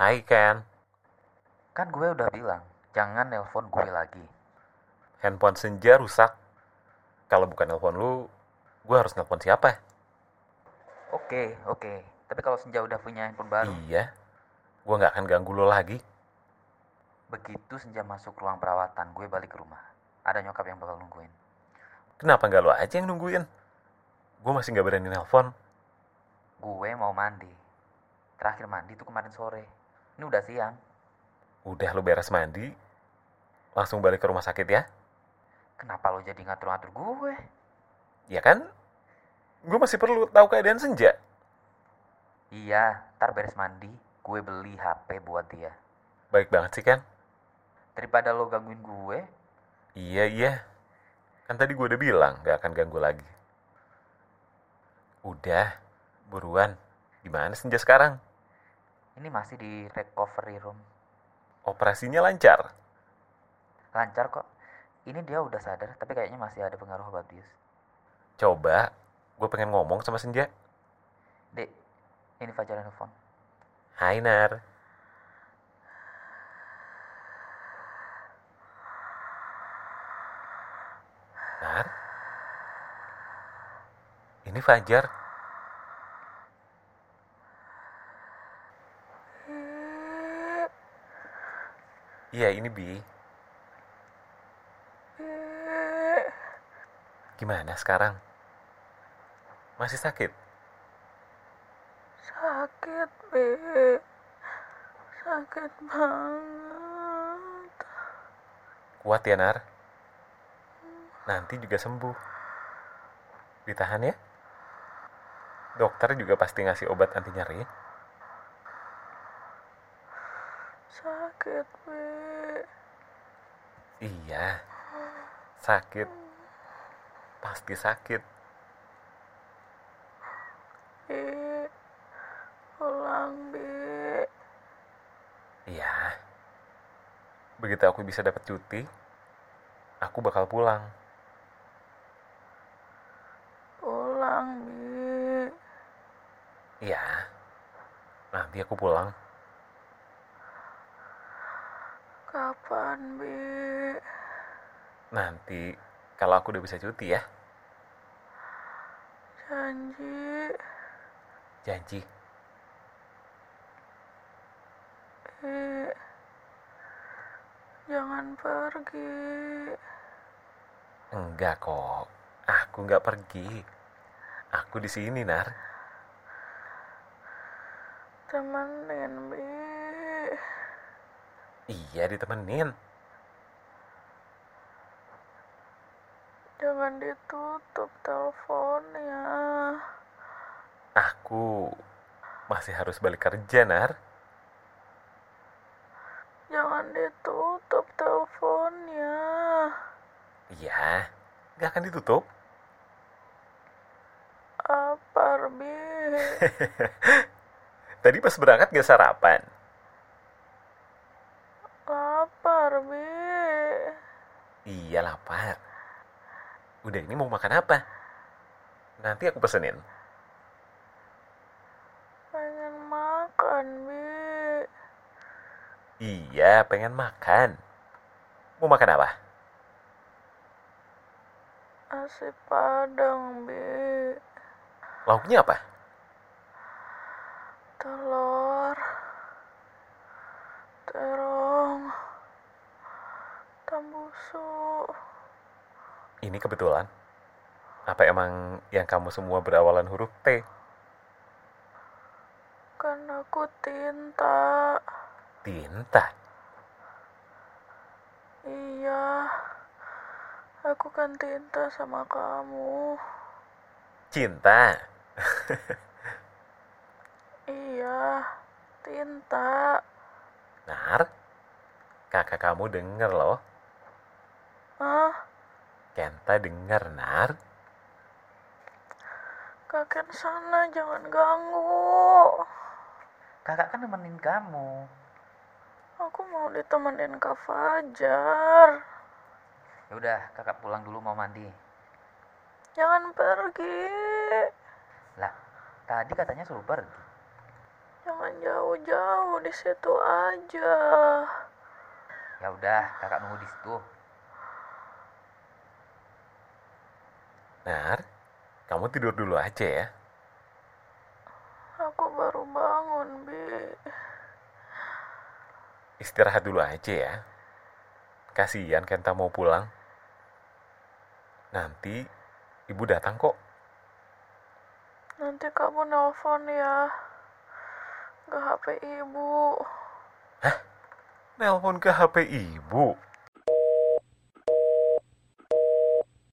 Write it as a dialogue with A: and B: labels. A: lagi Ken
B: Kan gue udah bilang, jangan nelpon gue lagi.
A: handphone senja rusak kalau bukan nelpon lu gue harus nelpon siapa
B: Oke, oke. Tapi kalau Senja udah punya handphone baru,
A: iya gue nggak akan ganggu lo lagi
B: begitu Senja masuk ruang perawatan, gue balik ke rumah. Ada nyokap yang bakal nungguin.
A: kenapa nggak lo aja yang nungguin gue masih nggak berani nelpon
B: Gue mau mandi. Terakhir mandi tuh kemarin sore. Ini udah siang.
A: udah lo beres mandi langsung balik ke rumah sakit ya
B: Kenapa lo jadi ngatur-ngatur gue?
A: ya kan gue masih perlu tahu keadaan senja
B: Iya, ntar beres mandi, gue beli HP buat dia.
A: baik banget sih Ken
B: Daripada lo gangguin gue,
A: iya iya kan tadi gue udah bilang nggak akan ganggu lagi udah buruan gimana senja sekarang
B: ini masih di recovery room.
A: operasinya lancar
B: Lancar kok. Ini dia udah sadar, tapi kayaknya masih ada pengaruh obat bius.
A: coba gue pengen ngomong sama senja
B: Dek, ini Fajar yang nelfon.
A: Hai Nar, Nar? Ini Fajar. Iya, ini Bi. Gimana sekarang? Masih sakit?
C: Sakit, Bi. Sakit banget.
A: Kuat ya, Nar. Nanti juga sembuh. Ditahan ya. Dokter juga pasti ngasih obat anti nyeri.
C: Sakit, Bi.
A: Iya. Sakit. Pasti sakit.
C: Bi. Pulang, Bi.
A: Iya. Begitu aku bisa dapat cuti, aku bakal pulang.
C: Pulang, Bi.
A: Iya. Nanti aku pulang.
C: Kapan, Bi?
A: Nanti kalau aku udah bisa cuti ya.
C: Janji.
A: Janji.
C: Bi. Jangan pergi.
A: Enggak kok. Aku nggak pergi. Aku di sini, Nar.
C: Temenin, Bi.
A: Iya ditemenin.
C: Jangan ditutup teleponnya.
A: Aku masih harus balik kerja, Nar.
C: Jangan ditutup teleponnya.
A: Iya, nggak akan ditutup.
C: Apa, Bi?
A: Tadi pas berangkat nggak sarapan.
C: Lapar, Bi.
A: Iya, lapar. Udah ini mau makan apa? Nanti aku pesenin.
C: Pengen makan, Bi.
A: Iya, pengen makan. Mau makan apa?
C: Nasi padang, Bi.
A: Lauknya apa?
C: Telur. Terong. Tambusu.
A: Ini kebetulan. Apa emang yang kamu semua berawalan huruf T?
C: Kan aku tinta.
A: Tinta.
C: Iya. Aku kan tinta sama kamu.
A: Cinta.
C: Iya. Tinta.
A: Nar, kakak kamu denger loh.
C: Hah?
A: Kenta denger, Nar.
C: Kakek sana jangan ganggu.
B: Kakak kan nemenin kamu.
C: Aku mau ditemenin Kak Fajar.
B: Ya udah, kakak pulang dulu mau mandi.
C: Jangan pergi.
B: Lah, tadi katanya suruh pergi.
C: Jangan jangan jauh-jauh di situ aja.
B: Ya udah, kakak nunggu di situ.
A: Nar, kamu tidur dulu aja ya.
C: Aku baru bangun, Bi.
A: Istirahat dulu aja ya. Kasihan Kenta mau pulang. Nanti ibu datang kok.
C: Nanti kamu nelpon ya. Ke HP ibu.
A: Nelpon ke HP ibu.